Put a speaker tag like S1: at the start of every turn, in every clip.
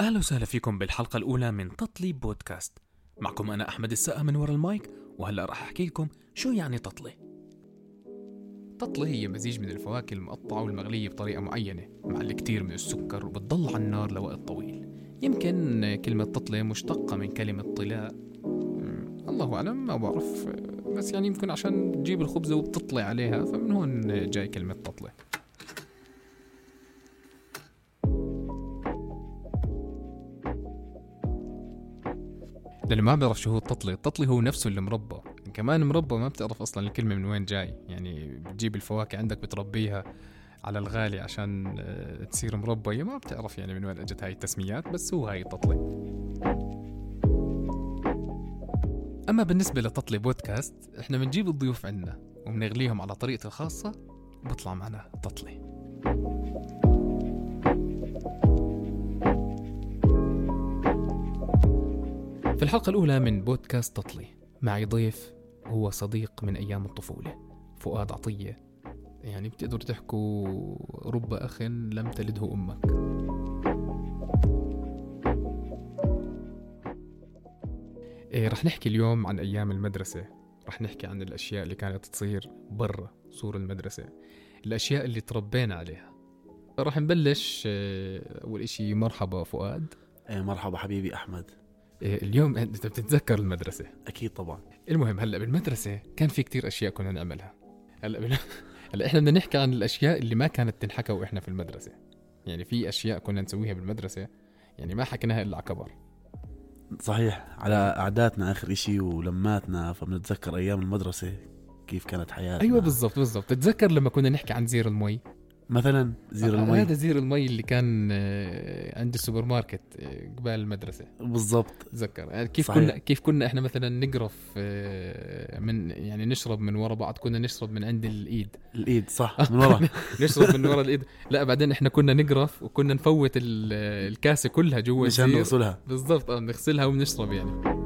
S1: اهلا وسهلا فيكم بالحلقه الاولى من تطلي بودكاست معكم انا احمد السقا من ورا المايك وهلا راح احكي لكم شو يعني تطلي
S2: التطلة هي مزيج من الفواكه المقطعة والمغلية بطريقة معينة مع الكثير من السكر وبتضل على النار لوقت طويل يمكن كلمة تطلة مشتقة من كلمة طلاء أمم، الله أعلم ما بعرف بس يعني يمكن عشان تجيب الخبزة وبتطلع عليها فمن هون جاي كلمة تطلة للي ما بيعرف شو هو التطلي التطلي هو نفسه اللي مربى كمان مربى ما بتعرف اصلا الكلمه من وين جاي يعني بتجيب الفواكه عندك بتربيها على الغالي عشان آه، تصير مربى هي ما بتعرف يعني من وين اجت هاي التسميات بس هو هاي التطلي اما بالنسبه لتطلي بودكاست احنا بنجيب الضيوف عنا وبنغليهم على طريقتي الخاصه وبطلع معنا تطلي في الحلقة الأولى من بودكاست تطلي معي ضيف هو صديق من أيام الطفولة فؤاد عطية يعني بتقدر تحكوا رب أخ لم تلده أمك إيه رح نحكي اليوم عن أيام المدرسة رح نحكي عن الأشياء اللي كانت تصير برا سور المدرسة الأشياء اللي تربينا عليها رح نبلش إيه، أول إشي مرحبا فؤاد
S3: ايه مرحبا حبيبي احمد
S2: إيه، اليوم أنت بتتذكر المدرسة
S3: اكيد طبعا
S2: المهم هلا بالمدرسه كان في كتير اشياء كنا نعملها هلا بال... هلا احنا بدنا نحكي عن الاشياء اللي ما كانت تنحكى واحنا في المدرسه يعني في اشياء كنا نسويها بالمدرسه يعني ما حكيناها الا على كبر
S3: صحيح على قعداتنا اخر اشي ولماتنا فبنتذكر ايام المدرسه كيف كانت حياتنا
S2: ايوه بالضبط بالضبط تتذكر لما كنا نحكي عن زير المي آه،
S3: مثلا زير المي
S2: هذا زير المي اللي كان آه، عند السوبر ماركت آه، قبال المدرسه
S3: بالضبط
S2: تذكر يعني كيف
S3: صحيح.
S2: صحيح. كنا كيف كنا احنا مثلا نقرف آه، من يعني نشرب من ورا بعض كنا نشرب من عند الايد
S3: الايد صح من ورا
S2: نشرب من ورا الايد لا بعدين احنا كنا نقرف وكنا نفوت ال- الكاسه كلها جوا
S3: مشان
S2: الزير.
S3: نوصلها
S2: بالضبط اه بنغسلها وبنشرب يعني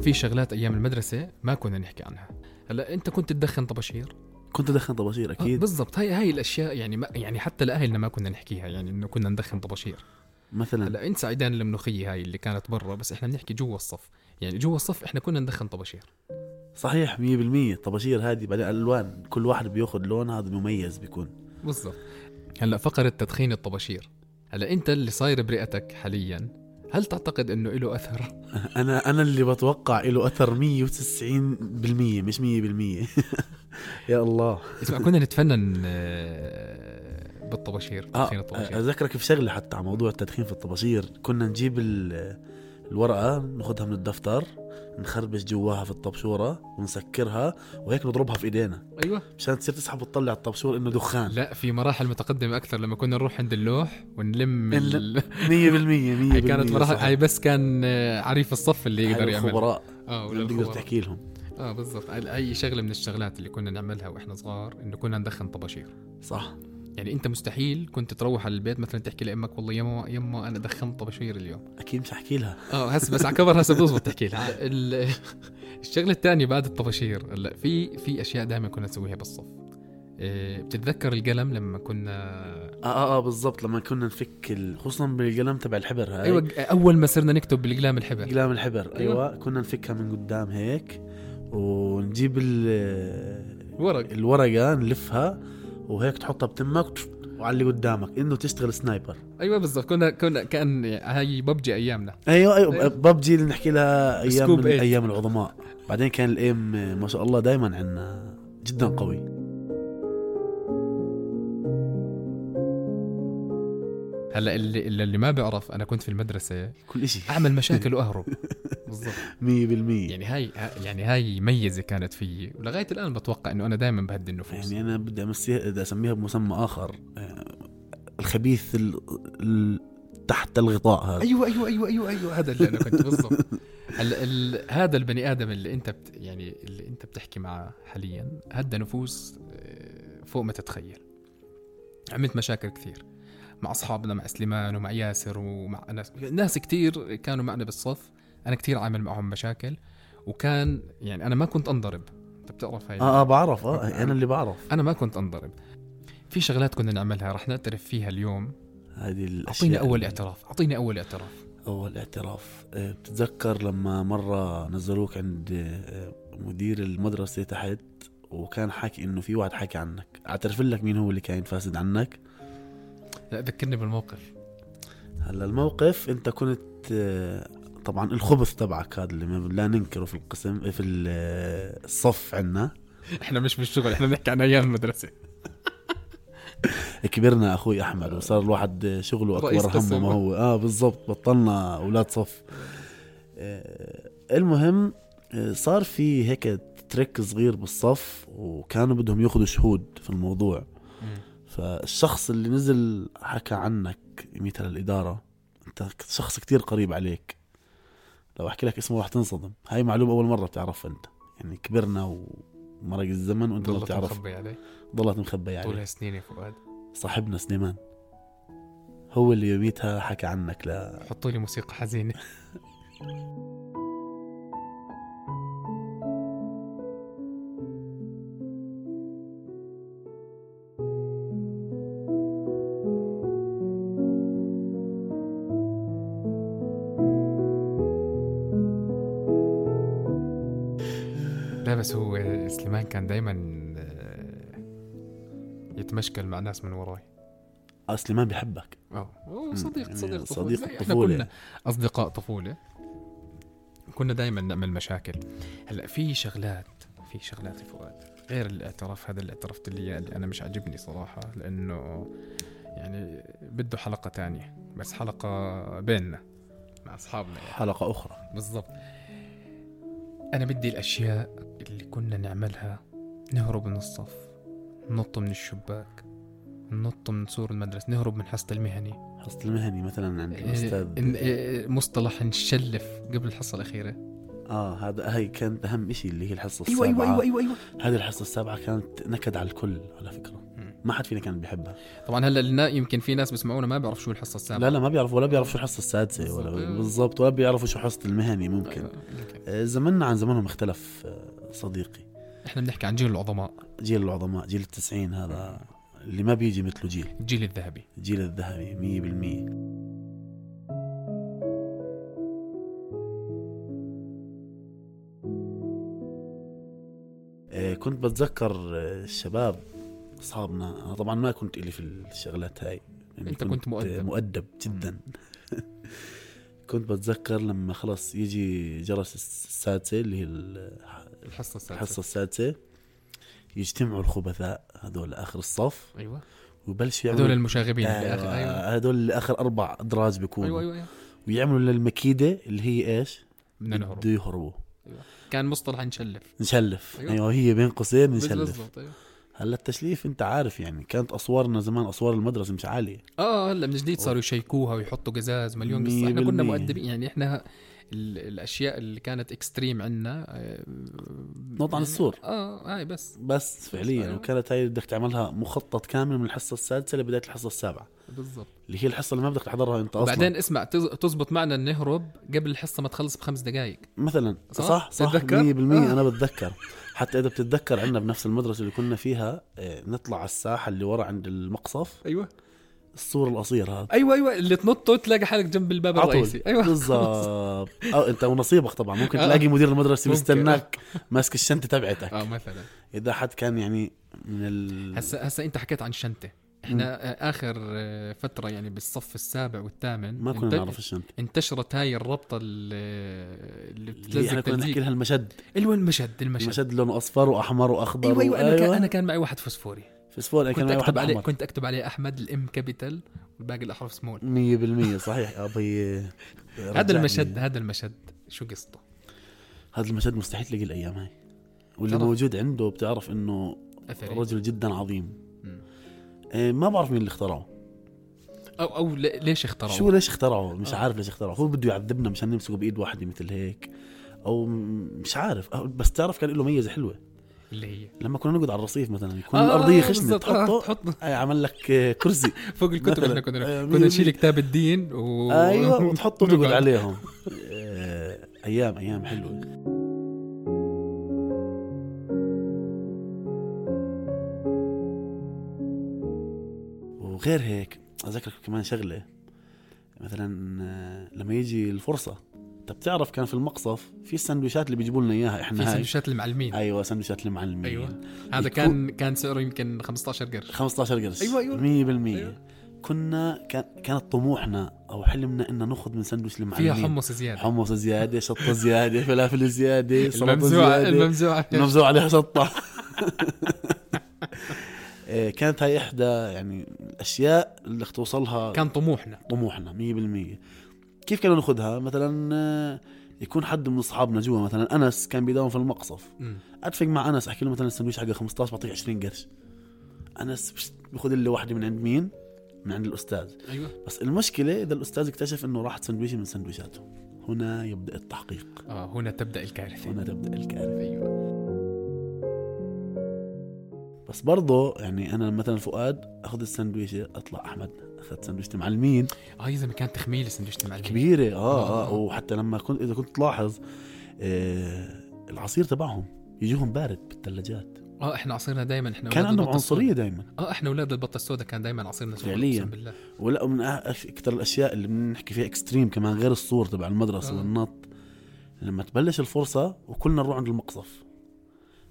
S2: في شغلات ايام المدرسه ما كنا نحكي عنها هلا انت كنت تدخن طباشير
S3: كنت ادخن طباشير
S2: آه،
S3: اكيد
S2: بالضبط هاي هاي الاشياء يعني ما يعني حتى لاهلنا ما كنا نحكيها يعني انه كنا ندخن طباشير
S3: مثلا
S2: هلا انسى عيدان المنوخيه هاي اللي كانت برا بس احنا بنحكي جوا الصف يعني جوا الصف احنا كنا ندخن طباشير
S3: صحيح 100% طباشير هذه بعدين الوان كل واحد بياخذ لون هذا مميز بيكون
S2: بالضبط هلا فقرة تدخين الطباشير هلا انت اللي صاير برئتك حاليا هل تعتقد انه له اثر؟
S3: انا انا اللي بتوقع له اثر 190% مش 100% يا الله
S2: اسمع كنا نتفنن آه، بالطباشير
S3: اه
S2: تدخين الطباشير
S3: اذكرك في شغله حتى على موضوع التدخين في الطباشير كنا نجيب ال- الورقه ناخذها من الدفتر نخربش جواها في الطبشوره ونسكرها وهيك نضربها في ايدينا
S2: ايوه
S3: مشان تصير تسحب وتطلع الطبشور انه دخان 100%
S2: لا في مراحل متقدمة اكثر لما كنا نروح عند اللوح ونلم ال...
S3: 100%
S2: هاي كانت مراحل هاي بس كان آه، عريف الصف اللي يقدر يعمل
S3: الخبراء
S2: اه ولا
S3: اللي بتقدر
S2: الخبراء.
S3: تحكي لهم
S2: اه بالضبط هاي هاي شغلة من الشغلات اللي كنا نعملها واحنا صغار انه كنا ندخن طباشير
S3: صح
S2: يعني انت مستحيل كنت تروح على البيت مثلا تحكي لامك والله يما يما انا دخنت طباشير اليوم
S3: اكيد مش حكي لها
S2: اه هسه بس على كبر هسه بتزبط تحكي لها ال- الشغله الثانيه بعد الطباشير هلا في في اشياء دائما كنا نسويها بالصف إيه، بتتذكر القلم لما كنا
S3: اه اه, آه بالضبط لما كنا نفك ال- خصوصا بالقلم تبع الحبر هاي
S2: ايوه اول ما صرنا نكتب بالقلام الحبر
S3: اقلام الحبر
S2: أيوة.
S3: ايوه كنا نفكها من قدام هيك ونجيب ال
S2: ورق
S3: الورقه نلفها وهيك تحطها بتمك وعلى اللي قدامك انه تشتغل سنايبر
S2: ايوه بالضبط كنا كنا كان هاي ببجي ايامنا
S3: ايوه ايوه,
S2: أيوة.
S3: ببجي اللي نحكي لها ايام
S2: سكوب
S3: من
S2: إيت.
S3: ايام العظماء بعدين كان الايم ما شاء الله دائما عندنا جدا قوي
S2: هلا اللي, اللي ما بيعرف انا كنت في المدرسه
S3: كل شيء 100%
S2: اعمل مشاكل واهرب بالضبط
S3: يعني
S2: يعني هاي يعني هاي ميزه كانت فيي ولغايه الان بتوقع انه انا دائما بهدي النفوس
S3: انا يعني بدي امسيها بدي اسميها بمسمى اخر آه، الخبيث ال... ال... تحت الغطاء هذا
S2: ايوه ايوه ايوه ايوه ايوه هذا اللي انا كنت بالضبط هلا ال- هذا البني ادم اللي انت بت يعني اللي انت بتحكي معه حاليا هدى نفوس آه، فوق ما تتخيل عملت مشاكل كثير مع اصحابنا مع سليمان ومع ياسر ومع ناس ناس كثير كانوا معنا بالصف انا كثير عامل معهم مشاكل وكان يعني انا ما كنت انضرب انت بتعرف هاي
S3: اه اه بعرف اه انا اللي بعرف
S2: انا ما كنت انضرب في شغلات كنا نعملها رح نعترف فيها اليوم
S3: هذه الاشياء
S2: اعطيني اول
S3: اللي-
S2: اعتراف اعطيني اول اعتراف
S3: اول اعتراف آه، بتتذكر لما مره نزلوك عند آه، مدير المدرسه تحت وكان حاكي انه في واحد حكى عنك اعترف لك مين هو اللي كان فاسد عنك
S2: لا ذكرني بالموقف
S3: هلا الموقف انت كنت آه، طبعا الخبث تبعك هذا اللي ما- لا ننكره في القسم في ال- آه، الصف عنا
S2: احنا مش بالشغل احنا بنحكي عن ايام المدرسه
S3: كبرنا اخوي احمد وصار الواحد شغله
S2: رئيس
S3: اكبر همه
S2: قسم.
S3: ما هو اه بالضبط بطلنا اولاد صف آه، المهم آه، صار في هيك تريك صغير بالصف وكانوا بدهم ياخذوا شهود في الموضوع فالشخص اللي نزل حكى عنك مثل الاداره انت شخص كتير قريب عليك لو احكي لك اسمه رح تنصدم هاي معلومه اول مره بتعرفها انت يعني كبرنا ومرق الزمن وانت ما
S2: ضلت
S3: بتعرف
S2: مخبي علي
S3: ضلت يعني. مخبيه عليك
S2: طول هالسنين يا فؤاد
S3: صاحبنا سليمان هو اللي يوميتها حكى عنك ل
S2: حطوا لي موسيقى حزينه لا بس هو سليمان كان دايما آه، يتمشكل مع ناس من وراي
S3: اه سليمان بحبك
S2: اه
S3: مم.
S2: صديق
S3: يعني
S2: صديق طفولة.
S3: صديق
S2: زي احنا
S3: الطفولة
S2: كنا اصدقاء طفوله كنا دائما نعمل مشاكل هلا في شغلات في شغلات يا فؤاد غير الاعتراف هذا اللي اعترفت لي إياه اللي انا مش عاجبني صراحه لانه يعني بده حلقه تانية بس حلقه بيننا مع اصحابنا يعني.
S3: حلقة أخرى
S2: بالضبط انا بدي الاشياء اللي كنا نعملها نهرب من الصف ننط من الشباك ننط من سور المدرسه نهرب من حصه المهني
S3: حصة المهني مثلا آه، عند الأستاذ
S2: إيه، إن- إيه، مصطلح نشلف قبل الحصه الاخيره
S3: اه هذا هي كانت أهم إشي اللي هي الحصة السابعة
S2: ايوه ايوه ايوه ايوه, أيوة.
S3: هذه الحصة السابعة كانت نكد على الكل على فكرة ما حد فينا كان بيحبها
S2: طبعا هلا لنا يمكن في ناس بسمعونا ما بيعرفوا شو الحصه السابعه
S3: لا لا ما بيعرفوا ولا بيعرفوا شو الحصة السادسة ولا
S2: بالضبط. أيوة.
S3: بالضبط ولا بيعرفوا شو حصة المهني ممكن
S2: يمكن.
S3: آه، زمننا عن زمنهم اختلف آه، صديقي
S2: احنا بنحكي عن جيل العظماء
S3: جيل العظماء جيل التسعين هذا
S2: أيوة.
S3: اللي ما بيجي مثله جيل
S2: الجيل الذهبي
S3: الجيل الذهبي مية بالمية آه، كنت بتذكر آه، الشباب أصحابنا أنا طبعا ما كنت إلي في الشغلات هاي يعني
S2: أنت كنت مؤدب.
S3: مؤدب جدا كنت بتذكر لما خلص يجي جرس السادسة اللي هي ال-
S2: الحصه السادسه
S3: الحصة السادسة يجتمعوا الخبثاء هذول آخر الصف
S2: ايوه
S3: ويبلشوا يعملوا
S2: هذول المشاغبين اللي آخر-
S3: ايوه
S2: ايوه
S3: هدول اللي اخر اربع ادراج بيكونوا
S2: ايوه ايوه, أيوة.
S3: ويعملوا للمكيده اللي هي ايش؟
S2: بدنا نهرب
S3: بده يهربوا
S2: كان مصطلح نشلف
S3: نشلف
S2: أيوة.
S3: ايوه, أيوة هي بين قوسين نشلف
S2: بالضبط ايوه
S3: هلا التشليف انت عارف يعني كانت اسوارنا زمان اسوار المدرسه مش عاليه
S2: اه هلا من جديد صاروا يشيكوها ويحطوا قزاز مليون قصه
S3: مية
S2: احنا كنا
S3: بالمية.
S2: مؤدبين يعني احنا ال- الاشياء اللي كانت اكستريم عندنا
S3: نط عن السور
S2: اه هاي بس
S3: بس فعليا
S2: أيوة.
S3: وكانت هاي بدك تعملها مخطط كامل من الحصه السادسه لبدايه الحصه السابعه
S2: بالضبط
S3: اللي هي الحصه اللي ما بدك تحضرها انت اصلا
S2: بعدين اسمع تز- تزبط معنا نهرب قبل الحصه ما تخلص بخمس دقائق
S3: مثلا
S2: صح؟
S3: صح صح 100%
S2: تتذكر؟ آه.
S3: انا بتذكر حتى اذا بتتذكر عندنا بنفس المدرسه اللي كنا فيها آه، نطلع على الساحه اللي ورا عند المقصف
S2: ايوه
S3: السور القصير هذا
S2: ايوه ايوه اللي تنطه تلاقي حالك جنب الباب
S3: على طول.
S2: الرئيسي ايوه
S3: بالظبط اه انت ونصيبك طبعا ممكن
S2: آه.
S3: تلاقي مدير المدرسه
S2: ممكن.
S3: مستناك ماسك الشنطه تبعتك
S2: اه مثلا
S3: اذا حد كان يعني من ال
S2: هسا هسا انت حكيت عن شنطه احنا آه، اخر آه، فتره يعني بالصف السابع والثامن
S3: ما كنا
S2: انت-
S3: نعرف الشنطه
S2: انتشرت هاي الربطه ال- اللي
S3: اللي
S2: بتلزق
S3: احنا كنا نحكي
S2: تلزيق
S3: لها المشد
S2: الو المشد المشد
S3: المشد لونه اصفر واحمر
S2: ايوه
S3: واخضر
S2: ايوه انا كان
S3: وأيوة.
S2: انا كان معي واحد فسفوري
S3: فسفور أنا كان
S2: كنت
S3: معي
S2: اكتب
S3: واحد
S2: عليه
S3: احمر
S2: كنت اكتب عليه احمد الام كابيتال والباقي الاحرف سمول
S3: 100% صحيح ابي
S2: هذا المشد هذا المشد شو قصته؟
S3: هذا المشهد مستحيل تلاقيه الايام هاي واللي
S2: طبعاً.
S3: موجود عنده بتعرف انه
S2: اثري
S3: رجل جدا عظيم
S2: مم.
S3: إيه، ما بعرف مين اللي اخترعه
S2: او او لي- ليش اخترعوه؟
S3: شو ليش اخترعه مش
S2: آه.
S3: عارف ليش اخترعه هو بده يعذبنا مشان نمسكه بايد واحده مثل هيك او م- مش عارف أو- بس تعرف كان له ميزه حلوه
S2: اللي هي
S3: لما كنا نقعد على الرصيف مثلا يكون الارضيه خشنه
S2: آه، بالضبط. آه،
S3: تحطه
S2: تحطه
S3: آه، عمل لك آه، كرسي
S2: فوق الكتب
S3: مثلاً.
S2: احنا كنا
S3: آه،
S2: كنا
S3: مية-
S2: نشيل كتاب الدين و
S3: ايوه وتحطه ونقعد
S2: نقعد.
S3: عليهم آه، ايام ايام حلوه وغير هيك اذكرك كمان شغله مثلا آه، لما يجي الفرصه انت بتعرف كان في المقصف في السندويشات اللي بيجيبوا لنا اياها
S2: في
S3: احنا هاي
S2: سندوتشات المعلمين
S3: ايوه سندويشات المعلمين
S2: ايوه هذا
S3: يكون-
S2: كان كان سعره يمكن 15 قرش
S3: 15 قرش
S2: أيوة، أيوة.
S3: 100%
S2: أيوة.
S3: كنا كان كانت طموحنا او حلمنا ان ناخذ من سندويش
S2: فيها
S3: المعلمين
S2: حمص زياده
S3: حمص زياده شطه زياده فلافل زياده سلطه
S2: الممزوعه
S3: زياده
S2: الممزوعه
S3: ممزوع عليها شطه إيه، كانت هاي احدى يعني الاشياء اللي توصلها
S2: كان طموحنا
S3: طموحنا 100% كيف كنا ناخذها مثلا آه، يكون حد من اصحابنا جوا مثلا انس كان بيداوم في المقصف
S2: مم.
S3: اتفق مع انس احكي له مثلا السندويش حقه 15 بعطيك 20 قرش انس بشت، بياخذ لي واحده من عند مين؟ من عند الاستاذ
S2: ايوه
S3: بس المشكله اذا الاستاذ اكتشف انه راحت سندويشه من سندويشاته هنا يبدا التحقيق
S2: آه هنا تبدا الكارثه
S3: هنا تبدا الكارثه
S2: ايوه
S3: بس برضه يعني انا مثلا فؤاد اخذ السندويشه اطلع احمد اخذت سندويشه معلمين
S2: اه يا زلمه كانت تخميله سندوتش المعلمين
S3: كبيره اه
S2: آه.
S3: اه وحتى لما كنت اذا كنت تلاحظ آه العصير تبعهم يجيهم بارد بالثلاجات
S2: اه احنا عصيرنا دائما احنا
S3: كان
S2: أولاد
S3: عندهم
S2: البطة السوداء.
S3: عنصريه دائما
S2: اه احنا اولاد البطه السوداء كان دائما عصيرنا سكر،
S3: فعلياً.
S2: أقسم بالله
S3: ولا من أه- اكثر الاشياء اللي بنحكي فيها اكستريم كمان غير الصور تبع المدرسه
S2: آه.
S3: آه. والنط لما تبلش الفرصه وكلنا نروح عند المقصف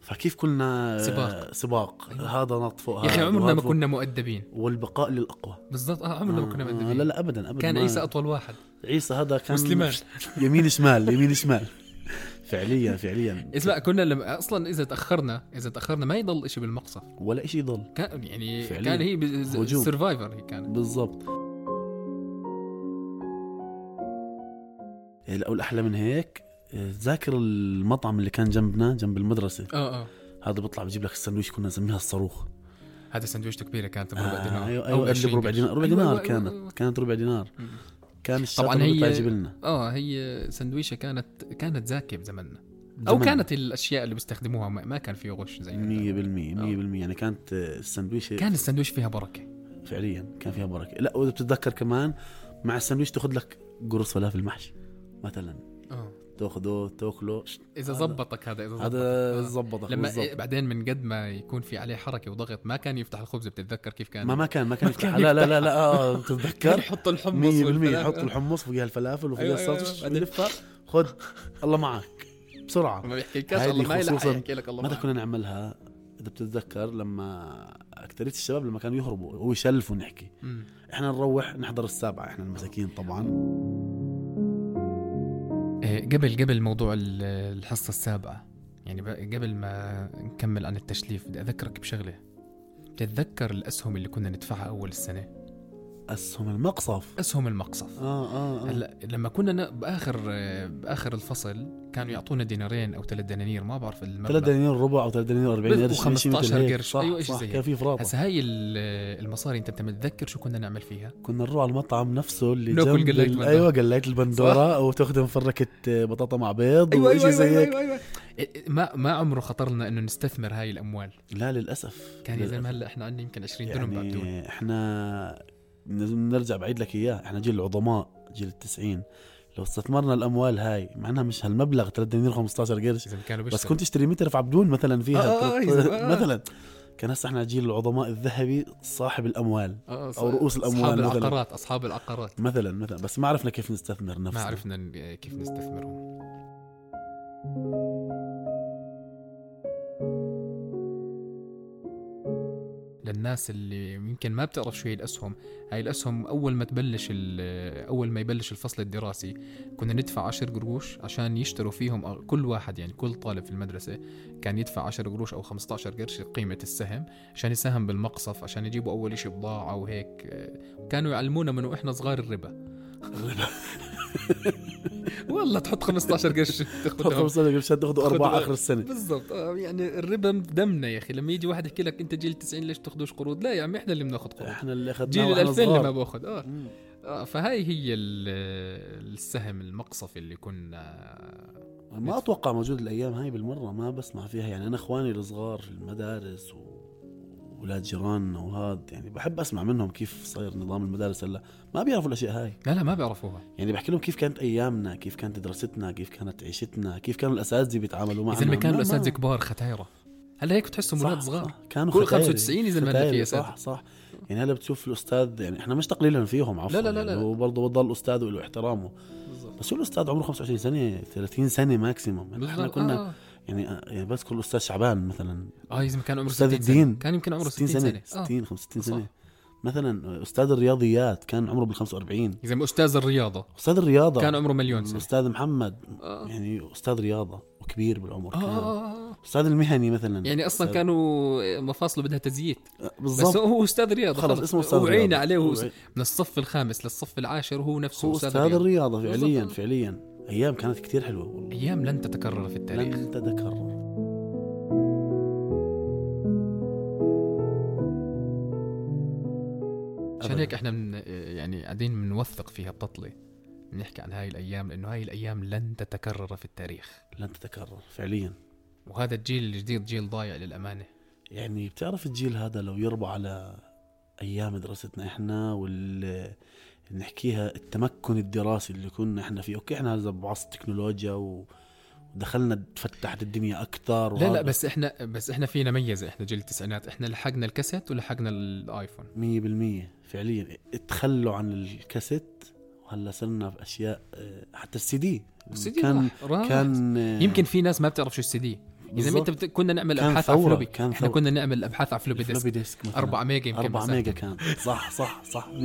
S3: فكيف كلنا آه،
S2: سباق.
S3: سباق
S2: أيوة.
S3: هذا نط فوق
S2: يا اخي
S3: هذا
S2: عمرنا
S3: وهذا
S2: ما
S3: فوق.
S2: كنا مؤدبين
S3: والبقاء للاقوى
S2: بالضبط اه عمرنا ما كنا
S3: آه،
S2: مؤدبين
S3: لا لا ابدا ابدا
S2: كان
S3: ما-
S2: عيسى اطول واحد
S3: عيسى هذا كان
S2: وسليمان
S3: يمين شمال يمين شمال فعليا فعليا
S2: اسمع كنا لما اصلا اذا تاخرنا اذا تاخرنا ما يضل إشي بالمقصف
S3: ولا شيء يضل
S2: كان يعني
S3: فعلياً.
S2: كان هي
S3: هجوم.
S2: سرفايفر هي كانت
S3: بالضبط او الاحلى يعني من هيك إيه، تذاكر المطعم اللي كان جنبنا جنب المدرسه
S2: اه اه
S3: هذا بيطلع بجيب لك السندويش كنا نسميها الصاروخ
S2: هذا سندويشته كبيره كانت بربع
S3: آه
S2: دينار
S3: ايوه
S2: أو
S3: ايوه قلب
S2: 20
S3: ربع
S2: قرش.
S3: دينار ربع
S2: أيوة،
S3: دينار
S2: أيوة، أيوة،
S3: كانت
S2: أيوة.
S3: كانت ربع دينار
S2: مم.
S3: كان الشاطر
S2: طبعاً هي-
S3: اللي يجيب لنا
S2: اه هي سندويشه كانت كانت زاكيه بزمننا او
S3: زمان.
S2: كانت الاشياء اللي بيستخدموها ما ما كان في غش زي
S3: 100%
S2: هلا.
S3: 100% يعني كانت آه، السندويشه
S2: كان السندويش فيها بركه
S3: فعليا كان فيها بركه لا واذا بتتذكر كمان مع السندويش تاخذ لك قرص فلافل محشي مثلا
S2: اه
S3: تاخذه تاكله آه. شت،
S2: اذا
S3: هذا-
S2: زبطك هذا اذا
S3: هذا
S2: زبطك.
S3: زبطك
S2: لما
S3: بالضبط.
S2: بعدين من قد ما يكون في عليه حركه وضغط ما كان يفتح الخبز بتتذكر كيف كان
S3: ما ما كان ما كان
S2: ما كان
S3: يفتح لا لا لا لا اه
S2: كان
S3: بتتذكر 100%
S2: يحط الحمص والفلافل.
S3: يحط الحمص فوقها الفلافل وفوقها
S2: أيوة، أيوة،
S3: السلطه
S2: بعدين-
S3: يلفها خذ الله معك بسرعه
S2: ما بيحكيلكاش
S3: هذه
S2: الله ما يلحق
S3: خصوصاً
S2: يحكي لك الله
S3: متى
S2: معك.
S3: كنا نعملها اذا بتتذكر لما اكتريت الشباب لما كانوا يهربوا هو يشلفوا نحكي
S2: مم.
S3: احنا نروح نحضر السابعه احنا المساكين طبعا
S2: إيه، قبل قبل موضوع ال- الحصة السابعة يعني ب- قبل ما نكمل عن التشليف بدي أذكرك بشغلة بتتذكر الأسهم اللي كنا ندفعها أول السنة
S3: اسهم المقصف
S2: أسهم المقصف
S3: اه اه, آه.
S2: هلا لما كنا ن- بآخر آه، بآخر الفصل كانوا يعطونا دينارين أو ثلاث دنانير ما بعرف المبلغ
S3: 3 دنانير ربع او 3 دنانير 40 قرش
S2: و15
S3: شيء مثل هيك.
S2: قرش.
S3: صح
S2: أيوة،
S3: أيوة
S2: إشي
S3: صح
S2: زي هيك.
S3: كان في فرابه
S2: هسا هاي ال- المصاري انت أنت متذكر شو كنا نعمل فيها؟
S3: كنا نروح على المطعم نفسه اللي
S2: ناكل
S3: جنب
S2: قلاية
S3: ال-
S2: بندورة.
S3: ايوه قلايه البندوره وتاخذ مفركه آه، بطاطا مع بيض وشيء زي هيك
S2: أيوة. إيه، ما ما عمره خطر لنا انه نستثمر هاي الاموال،
S3: لا للاسف
S2: أيوة. كان يا
S3: للأسف.
S2: زلمه هلا احنا عندنا يمكن 20 دنم بعدون
S3: يعني احنا لازم نرجع بعيد لك اياه احنا جيل العظماء جيل التسعين لو استثمرنا الاموال هاي مع انها مش هالمبلغ 3 دنانير 15 قرش
S2: إذا كانوا
S3: بس
S2: بيشتغلوا.
S3: كنت تشتري متر في عبدون مثلا فيها
S2: آه، آه، آه، آه.
S3: مثلا كان هسه احنا جيل العظماء الذهبي صاحب الاموال
S2: آه، صح.
S3: أو رؤوس الأموال
S2: اصحاب
S3: مثلاً.
S2: العقارات اصحاب العقارات
S3: مثلا مثلا بس ما عرفنا كيف نستثمر
S2: ما
S3: نفسنا
S2: عرفنا ن- كيف نستثمرهم للناس اللي يمكن ما بتعرف شو هي الاسهم هاي الاسهم اول ما تبلش ال- اول ما يبلش الفصل الدراسي كنا ندفع 10 قروش عشان يشتروا فيهم أ- كل واحد يعني كل طالب في المدرسه كان يدفع 10 قروش او 15 قرش قيمه السهم عشان يساهم بالمقصف عشان يجيبوا اول شيء بضاعه وهيك كانوا يعلمونا من واحنا صغار الربا والله تحط 15 قرش
S3: تاخذ
S2: تاخذهم
S3: 15 قرش تاخذوا
S2: خذ
S3: اربعه
S2: واحد.
S3: اخر السنه
S2: بالضبط آه، يعني الربا دمنا يا اخي لما يجي واحد يحكي لك انت جيل 90 ليش تاخذوش قروض لا يا عمي احنا اللي بناخذ قروض
S3: احنا اللي اخذناه
S2: جيل ال
S3: واحنا
S2: 2000 اللي ما
S3: صغار
S2: باخذ اه
S3: مم.
S2: آه، فهاي هي ال- السهم المقصف اللي كنا
S3: ما اتوقع موجود الايام هاي بالمره ما بسمع فيها يعني انا اخواني الصغار في المدارس و ولاد جيراننا وهاد يعني بحب اسمع منهم كيف صاير نظام المدارس هلا ما بيعرفوا الاشياء هاي
S2: لا لا ما بيعرفوها
S3: يعني بحكي لهم كيف كانت ايامنا كيف كانت دراستنا كيف كانت عيشتنا كيف كانوا الاساتذه بيتعاملوا
S2: يا
S3: معنا
S2: زلمه
S3: ما-
S2: كانوا
S3: ما-
S2: الاساتذه كبار ختايره هلا هيك بتحسهم اولاد
S3: صح،
S2: صغار
S3: صح. كانوا
S2: كل
S3: ختايري.
S2: 95 إذا ما بدك
S3: ختايري،
S2: يا
S3: صح صح يعني هلا بتشوف الاستاذ يعني احنا مش تقليلا فيهم عفوا
S2: لا، لا، لا،
S3: يعني
S2: لا.
S3: هو برضه بضل استاذ وله احترامه
S2: بالضبط
S3: بس شو الاستاذ عمره 25 سنه 30 سنه ماكسيموم يعني احنا
S2: بالضبط.
S3: كنا
S2: آه.
S3: يعني يعني بس كل استاذ شعبان مثلا
S2: اه يا زلمه كان عمره
S3: أستاذ
S2: 60 سنه
S3: الدين.
S2: كان يمكن عمره آه.
S3: 60 سنه 60 65
S2: صح.
S3: سنه مثلا استاذ الرياضيات كان عمره بال 45
S2: يا زلمه استاذ الرياضه
S3: استاذ الرياضه
S2: كان عمره مليون سنه
S3: استاذ يعني محمد
S2: آه.
S3: يعني استاذ رياضه وكبير بالعمر
S2: آه،
S3: كان.
S2: آه، آه.
S3: استاذ المهني مثلا
S2: يعني اصلا
S3: أستاذ-
S2: كانوا مفاصله بدها تزييت بس
S3: بالضبط
S2: هو استاذ رياضه
S3: خلص اسمه استاذ
S2: وعينا
S3: رياضة.
S2: عليه هو
S3: وعي-
S2: من الصف الخامس للصف العاشر هو نفسه
S3: هو
S2: استاذ,
S3: استاذ
S2: الرياضه
S3: الرياضه فعليا
S2: بالضبط.
S3: فعليا ايام كانت كثير حلوه والله
S2: ايام لن تتكرر في التاريخ
S3: لن تتكرر
S2: عشان
S3: أبداً.
S2: هيك احنا من يعني قاعدين بنوثق فيها بتطلي بنحكي عن هاي الايام لانه هاي الايام لن تتكرر في التاريخ
S3: لن تتكرر فعليا
S2: وهذا الجيل الجديد جيل ضايع للامانه
S3: يعني بتعرف الجيل هذا لو يربى على ايام دراستنا احنا وال نحكيها التمكن الدراسي اللي كنا احنا فيه اوكي احنا هذا بعصر التكنولوجيا و- ودخلنا تفتحت الدنيا اكثر
S2: لا لا بس احنا بس احنا فينا ميزه احنا جيل التسعينات احنا لحقنا الكاسيت ولحقنا الايفون
S3: 100% فعليا اتخلوا عن الكاسيت وهلا صرنا باشياء آه، حتى السي دي
S2: والسي دي
S3: كان
S2: راح- راح.
S3: كان آه،
S2: يمكن في ناس ما بتعرف شو السي دي اذا ما انت
S3: بالضبط.
S2: بت... كنا نعمل
S3: كان
S2: ابحاث على
S3: ثورة،
S2: فلوبي
S3: كان
S2: احنا
S3: ثورة.
S2: كنا نعمل ابحاث على فلوبي ديسك
S3: الفلوبي ديسك مثلا
S2: 4 ميجا يمكن
S3: 4
S2: مساحة.
S3: ميجا كان صح صح صح 100%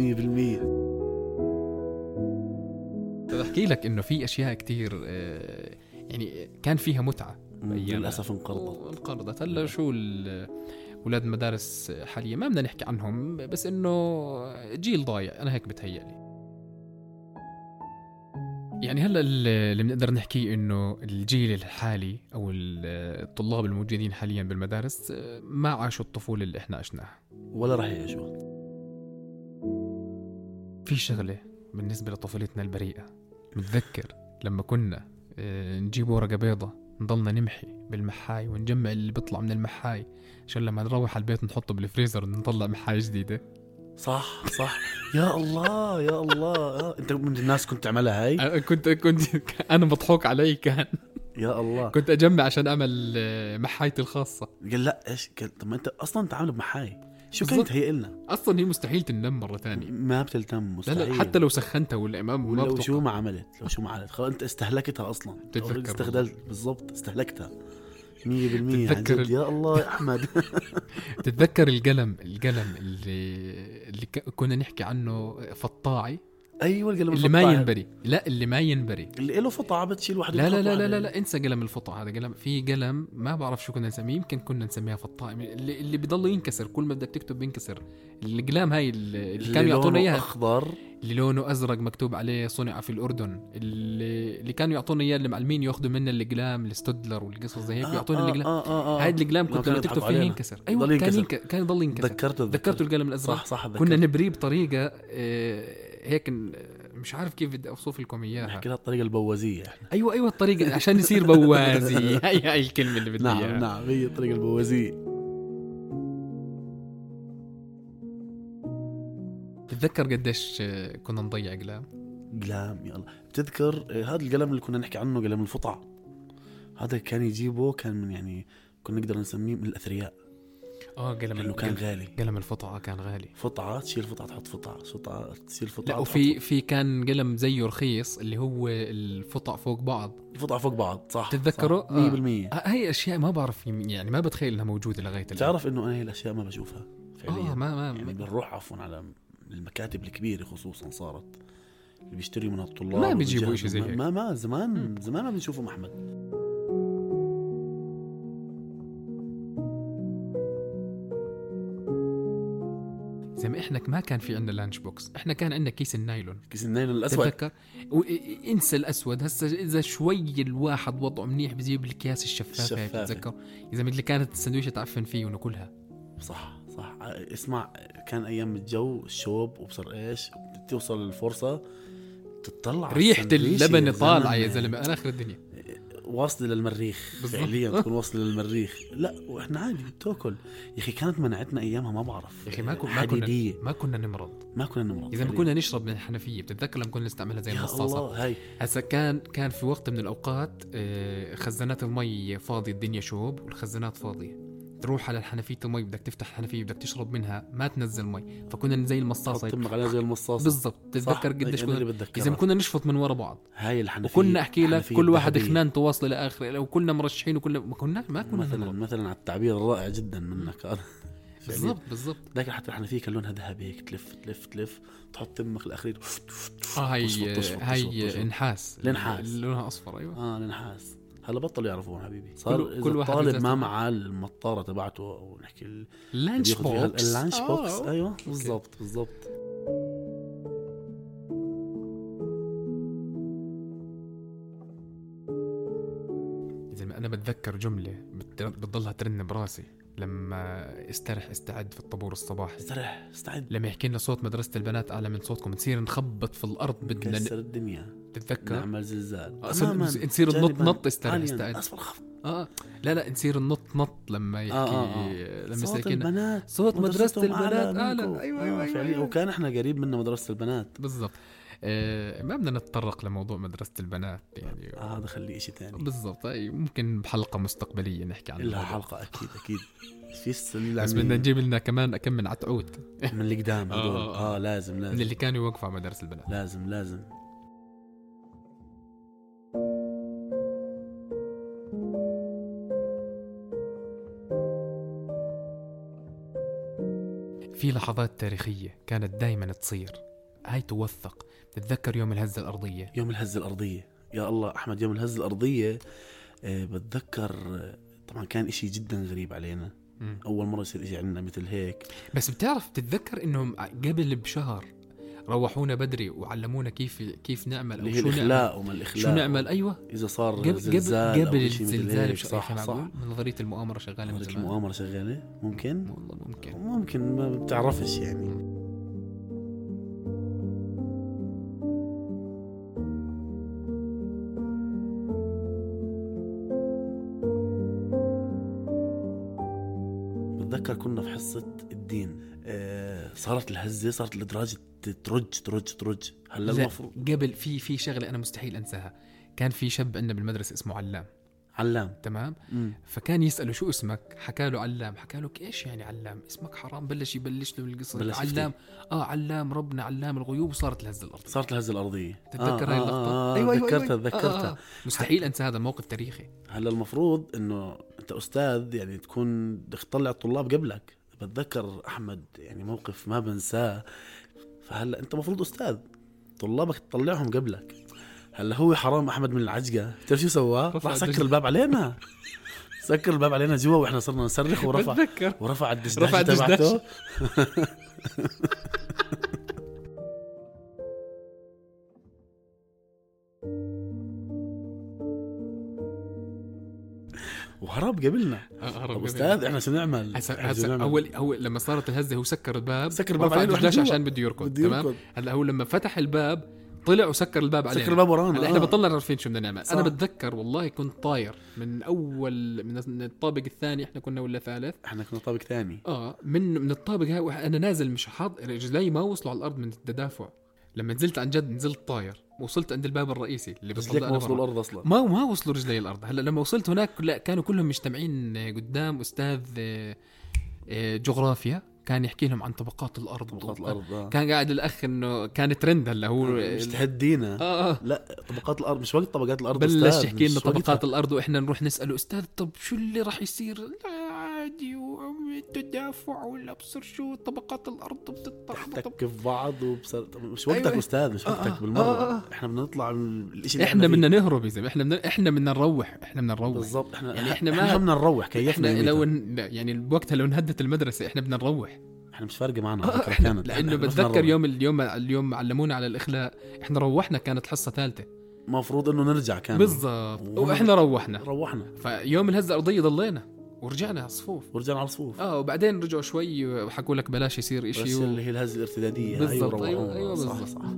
S2: بحكي لك انه في اشياء كثير يعني كان فيها متعه أيامنا.
S3: للاسف انقرضت
S2: انقرضت هلا شو ال- اولاد مدارس حاليا ما بدنا نحكي عنهم بس انه جيل ضايع انا هيك بتهيألي يعني هلا ال- اللي بنقدر نحكيه انه الجيل الحالي او ال- الطلاب الموجودين حاليا بالمدارس آه، ما عاشوا الطفوله اللي احنا عشناها
S3: ولا راح يعيشوها
S2: في شغله بالنسبه لطفولتنا البريئه بتذكر لما كنا آه، نجيب ورقه بيضة نضلنا نمحي بالمحاي ونجمع اللي بيطلع من المحاي عشان لما نروح على البيت نحطه بالفريزر ونطلع محاي جديده
S3: صح صح يا الله يا الله آه، انت من الناس كنت تعملها هاي
S2: أنا كنت كنت انا مضحوك علي كان
S3: يا الله
S2: كنت اجمع عشان اعمل آه، محايتي الخاصه
S3: قال لا ايش قال طب ما انت اصلا تعامل بمحاي شو
S2: بالضبط.
S3: كانت هي لنا
S2: اصلا هي مستحيل تنم مره ثانيه
S3: ما بتلتم
S2: لا
S3: مستحيل
S2: لا حتى لو سخنتها والامام ما
S3: لو شو
S2: بتوقع
S3: ما عملت لو شو ما عملت خلاص انت استهلكتها اصلا
S2: بتتذكر
S3: Already استخدمت بالضبط استهلكتها 100% عن
S2: بتتذكر
S3: جد يا الله يا احمد
S2: تتذكر القلم القلم اللي اللي ك- كنا نحكي عنه فطاعي
S3: ايوه القلم
S2: اللي ما
S3: الفطاعي.
S2: ينبري لا اللي ما ينبري
S3: اللي له فطعه بتشيل واحد
S2: لا لا لا لا لا,
S3: لا
S2: لا انسى قلم الفطع هذا قلم في قلم ما بعرف شو كنا نسميه يمكن كنا نسميها فطاء اللي, اللي بضل ينكسر كل ما بدك تكتب بينكسر القلام هاي اللي, اللي كانوا يعطونا اياها
S3: اخضر
S2: اللي لونه ازرق مكتوب عليه صنع في الاردن اللي, اللي كانوا يعطونا اياه اللي معلمين ياخذوا منا القلام الستودلر والقصص زي هيك يعطونا القلام
S3: آه آه آه.
S2: هاي القلام كنت
S3: لما كانوا
S2: لما تكتب
S3: يضحكوا
S2: فيه
S3: علينا.
S2: ينكسر ايوه
S3: ضل
S2: كان
S3: ينكسر.
S2: ينكسر. كان يضل ينكسر
S3: تذكرته
S2: ذكرته القلم الازرق
S3: صح صح
S2: كنا
S3: كنا
S2: نبريه بطريقه آه، هيك آه، مش عارف كيف بدي اوصف لكم اياها
S3: نحكي لها الطريقه البوازيه احنا
S2: ايوه ايوه الطريقه عشان يصير بوازي هي هاي الكلمه اللي بدي
S3: نعم
S2: اياها
S3: نعم هي الطريقه
S2: نعم.
S3: البوازيه
S2: تتذكر قديش آه، كنا نضيع اقلام
S3: قلام يا الله نعم، بتذكر آه، هذا القلم اللي كنا نحكي عنه قلم الفطع هذا كان يجيبه كان من يعني كنا نقدر نسميه من الاثرياء
S2: اه قلم
S3: لانه كان غالي
S2: قلم الفطعه كان غالي
S3: فطعه تشيل فطعه تحط فطعه فطعه تشيل فطعه
S2: لا
S3: تحط
S2: وفي في كان قلم زيه رخيص اللي هو الفطع فوق بعض
S3: فطعه فوق بعض صح
S2: تتذكره؟
S3: صح،
S2: آه.
S3: 100%
S2: ه- هاي اشياء ما بعرف يم- يعني ما بتخيل انها موجوده لغايه الان
S3: بتعرف انه انا هي الاشياء ما بشوفها فعليا
S2: اه ما ما
S3: يعني بنروح عفوا على المكاتب الكبيره خصوصا صارت اللي بيشتري منها الطلاب
S2: ما بيجيبوا
S3: والجهل.
S2: إشي زي
S3: ما-
S2: هيك.
S3: ما ما
S2: مم.
S3: زمان زمان ما بنشوفهم احمد
S2: زي ما احنا ما كان في عندنا لانش بوكس احنا كان عندنا كيس النايلون
S3: كيس النايلون الاسود
S2: تتذكر و... انسى الاسود هسه اذا شوي الواحد وضعه منيح بجيب الكياس الشفافه هاي
S3: الشفافة.
S2: بتتذكر اذا مثل كانت السندويشه تعفن فيه وناكلها
S3: صح صح ع- اسمع كان ايام الجو الشوب وبصر ايش توصل الفرصه تطلع على
S2: ريحه
S3: السندويشة
S2: اللبن
S3: يا
S2: طالعه يا
S3: زلمة.
S2: زلمه انا اخر الدنيا
S3: واصله للمريخ
S2: بالضبط.
S3: فعليا تكون واصله للمريخ لا واحنا عادي بتاكل يا اخي كانت مناعتنا ايامها ما بعرف
S2: يا اخي ما كنا ما
S3: حديديه
S2: كنا ما كنا نمرض
S3: ما كنا نمرض
S2: اذا ما
S3: فعلياً.
S2: كنا نشرب من الحنفيه بتتذكر لما كنا نستعملها زي
S3: يا
S2: المصاصه
S3: الله هاي
S2: هسا كان كان في وقت من الاوقات آه، خزانات المي فاضيه الدنيا شوب والخزانات فاضيه تروح على الحنفيه المي بدك تفتح الحنفيه بدك تشرب منها ما تنزل مي فكنا زي المصاصه
S3: حط
S2: هيك.
S3: تمك عليها زي المصاصه
S2: بالضبط تتذكر
S3: صح،
S2: قديش
S3: هيك أنا
S2: كنا
S3: اللي بتذكرها.
S2: اذا كنا نشفط من ورا بعض
S3: هاي الحنفيه
S2: وكنا احكي لك
S3: الحنفية
S2: كل واحد
S3: الذهبية.
S2: خنانته واصله لاخر لو كنا مرشحين وكنا ما كنا ما كنا
S3: مثلا
S2: نمرض
S3: مثلا على التعبير الرائع جدا منك هذا
S2: بالضبط بالضبط
S3: ذاكر حتى الحنفيه كان لونها ذهبي هيك تلف تلف تلف تحط تمك الاخير
S2: اه
S3: تشفط-
S2: هي
S3: تشفط- تشفط- تشفط.
S2: هي نحاس
S3: النحاس.
S2: لونها اصفر ايوه
S3: اه النحاس هلا بطلوا يعرفون حبيبي صار
S2: كل-
S3: كل,
S2: كل
S3: كل
S2: واحد
S3: الطالب
S2: بذاته.
S3: ما معاه المطاره تبعته او نحكي ال-
S2: لانش
S3: بياخد فيها
S2: بوكس
S3: اللانش
S2: آه،
S3: بوكس
S2: آه.
S3: ايوه بالضبط بالضبط
S2: زي ما انا بتذكر جمله بت- بتضلها ترن براسي لما استرح استعد في الطابور الصباح
S3: استرح استعد
S2: لما يحكي لنا صوت مدرسه البنات اعلى من صوتكم نصير نخبط في الارض بدنا
S3: كسر
S2: ن-
S3: الدنيا
S2: تتذكر
S3: نعمل زلزال
S2: آه، صير- نصير
S3: جانباً،
S2: ننط- ننط استرح،
S3: عالياً،
S2: استعد.
S3: اسفل خفض
S2: اه لا لا نصير نط نط لما يحكي
S3: آه،
S2: لما
S3: صوت
S2: يحكي لنا
S3: البنات
S2: صوت مدرسة
S3: مدرستهم
S2: البنات أعلى
S3: منكم.
S2: أيوة أيوة,
S3: آه،
S2: أيوة, أيوة,
S3: فعلياً. وكان احنا قريب منا مدرسه البنات
S2: بالضبط آه ما بدنا نتطرق لموضوع مدرسة البنات يعني
S3: آه، هذا خليه شيء ثاني
S2: بالضبط أي ممكن بحلقة مستقبلية نحكي عن
S3: لها
S2: الموضوع.
S3: حلقه اكيد اكيد في السلة
S2: بس بدنا نجيب لنا كمان كم من عتعود
S3: من اللي قدام
S2: آه،
S3: هذول
S2: آه، آه.
S3: اه لازم
S2: من
S3: لازم
S2: اللي كانوا يوقفوا على مدارس البنات
S3: لازم لازم
S2: في لحظات تاريخية كانت دايما تصير هاي توثق تتذكر يوم الهزة الأرضية
S3: يوم الهزه الارضيه يا الله احمد يوم الهزه الارضيه آه، بتذكر آه، طبعا كان إشي جدا غريب علينا
S2: مم.
S3: اول مره يصير إشي عندنا مثل هيك
S2: بس بتعرف تتذكر انهم قبل بشهر روحونا بدري وعلمونا كيف كيف نعمل
S3: اللي
S2: او
S3: هي
S2: شو نعمل
S3: الاخلاء وما الاخلاء
S2: شو نعمل ايوه
S3: اذا صار
S2: قبل
S3: زلزال
S2: قبل
S3: أو
S2: قبل
S3: إشي مثل
S2: الزلزال إيه،
S3: هيك.
S2: بشوي
S3: صح
S2: صح
S3: صح
S2: نظريه المؤامره شغاله من
S3: هذيك
S2: زمان
S3: المؤامره شغاله ممكن
S2: والله ممكن
S3: ممكن ما بتعرفش يعني بتذكر كنا في حصة الدين آه صارت الهزة صارت الدراجة ترج ترج ترج هلا
S2: لا،
S3: المفروض
S2: قبل في في شغله انا مستحيل انساها كان في شاب عندنا بالمدرسه اسمه علام
S3: علام
S2: تمام
S3: مم.
S2: فكان يساله شو اسمك حكى له علام حكى له ايش يعني علام اسمك حرام بلش يبلش له القصه
S3: بلش يفتي.
S2: علام اه علام ربنا علام الغيوب وصارت الهزه الارض
S3: صارت الهزة الأرضية
S2: تتذكر هاي اللقطه
S3: آه آه آه تذكرتها تذكرتها
S2: آه، آه. مستحيل انسى هذا الموقف تاريخي
S3: هلا المفروض انه انت استاذ يعني تكون بدك تطلع الطلاب قبلك بتذكر احمد يعني موقف ما بنساه فهلا انت المفروض استاذ طلابك تطلعهم قبلك هلا هو حرام احمد من العجقه بتعرف شو سوى
S2: رفع
S3: راح سكر
S2: الدجل.
S3: الباب علينا سكر الباب علينا جوا واحنا صرنا نصرخ ورفع
S2: بتذكر
S3: ورفع الدشداشه
S2: رفع الدشداشة.
S3: تبعته وهرب قبلنا
S2: آه، هرب
S3: طب
S2: قبل.
S3: استاذ احنا شو نعمل؟
S2: هسا
S3: إحنا شو
S2: هسا
S3: نعمل؟
S2: اول اول لما صارت الهزه هو سكر الباب
S3: سكر الباب
S2: ورفع
S3: علينا
S2: الدشداش
S3: وإحنا جوا.
S2: عشان بده يركض
S3: بده
S2: تمام
S3: يركض.
S2: هلا هو لما فتح الباب طلع وسكر الباب علينا
S3: سكر الباب
S2: هلا
S3: ورانا
S2: احنا
S3: آه.
S2: بطلنا عارفين شو بدنا نعمل انا
S3: صح.
S2: بتذكر والله كنت طاير من اول من الطابق الثاني احنا كنا ولا ثالث
S3: احنا كنا طابق ثاني
S2: اه من من الطابق هاي وح- انا نازل مش حاط رجلي ما وصلوا على الارض من التدافع لما نزلت عن جد نزلت طاير وصلت عند الباب الرئيسي اللي
S3: بس ليك
S2: بيطلع أنا
S3: ما وصلوا
S2: برا.
S3: الارض اصلا
S2: ما ما وصلوا رجلي الارض هلا لما وصلت هناك لا كانوا كلهم مجتمعين قدام استاذ آه، آه، جغرافيا كان يحكي لهم عن طبقات الارض
S3: طبقات آه. الارض آه.
S2: كان قاعد الاخ انه كان ترند هلا هو
S3: مش تهدينا
S2: اه اه
S3: لا طبقات الارض مش وقت طبقات الارض
S2: بلش
S3: أستاذ،
S2: يحكي لنا
S3: مش وقتها.
S2: طبقات الارض واحنا نروح نساله استاذ طب شو اللي راح يصير لا عادي والتدافع والابصر شو طبقات الارض بتتطبق
S3: تك في بعض وبصر... طب مش وقتك
S2: أيوة.
S3: استاذ مش
S2: آه،
S3: وقتك
S2: آه،
S3: بالمره
S2: آه، آه.
S3: احنا بدنا نطلع من الشيء اللي
S2: احنا
S3: فيه.
S2: بدنا نهرب يا زلمه احنا بدنا احنا بدنا نروح احنا بدنا نروح
S3: بالضبط احنا
S2: يعني
S3: يعني
S2: إحنا
S3: احنا
S2: ما-
S3: ما بدنا نروح كيفنا
S2: احنا
S3: يوميتها.
S2: لو ن... لا، يعني بوقتها لو انهدت المدرسه احنا بدنا نروح
S3: احنا مش فارقه معنا
S2: آه،
S3: الفكرة
S2: احنا
S3: كانت. إحنا-
S2: لانه
S3: إحنا مش
S2: بتذكر
S3: نروح.
S2: يوم اليوم اليوم علمونا على الاخلاء احنا روحنا كانت حصه ثالثه
S3: المفروض انه نرجع كان
S2: بالضبط
S3: وهم-
S2: واحنا روحنا
S3: روحنا
S2: فيوم الهزه الارضيه ضلينا ورجعنا على الصفوف
S3: ورجعنا على الصفوف
S2: اه وبعدين رجعوا شوي وحكوا لك بلاش يصير
S3: بس
S2: شيء
S3: اللي
S2: و...
S3: هي الهزه الارتداديه هاي
S2: بالضبط، أيوة،
S3: وروحونا.
S2: أيوة،
S3: صح
S2: بالضبط.
S3: صح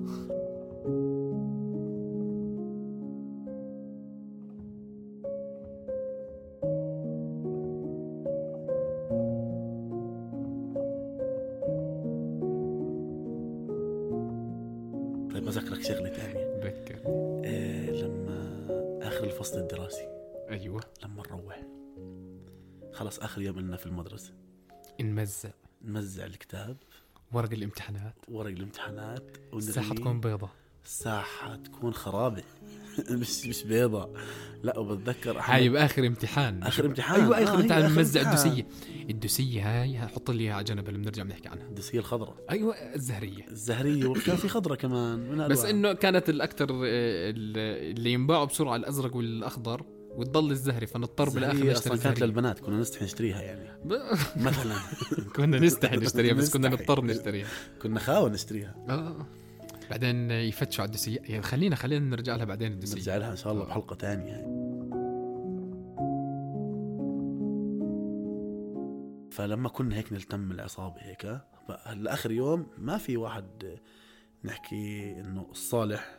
S3: طيب بذكرك شغله ثانيه
S2: بتذكر
S3: إيه لما اخر الفصل الدراسي
S2: ايوه
S3: لما نروح خلص اخر يوم لنا في المدرسه
S2: نمزق
S3: نمزع الكتاب
S2: ورق الامتحانات
S3: ورق الامتحانات ونرميه.
S2: الساحة تكون بيضة
S3: الساحه تكون خرابه مش مش بيضه لا وبتذكر أحمد-
S2: هاي بآخر امتحان
S3: اخر امتحان
S2: ايوه اخر
S3: آه، هي
S2: امتحان نمزق
S3: امتحان.
S2: الدوسية الدوسية هاي حط لي اياها على جنب لما نرجع بنحكي عنها
S3: الدوسيه الخضراء
S2: ايوه الزهرية
S3: الزهريه وكان في خضراء كمان من
S2: بس
S3: ألوان.
S2: انه كانت الاكثر اللي ينباعوا بسرعة الازرق والاخضر وتضل الزهري فنضطر
S3: الزهرية
S2: بالاخر نشتري
S3: اصلا كانت
S2: الزهرية.
S3: للبنات كنا نستحي نشتريها يعني
S2: ب-
S3: مثلا
S2: كنا نستحي نشتريها بس كنا
S3: نستحي.
S2: نضطر نشتريها
S3: كنا خاوه نشتريها
S2: آه. بعدين يفتشوا على الدوسية يعني خلينا خلينا نرجع لها بعدين الدوسية
S3: نرجع لها ان شاء الله بحلقه ثانيه يعني. فلما كنا هيك نلتم العصابه هيك بقى هلا اخر يوم ما في واحد نحكي انه الصالح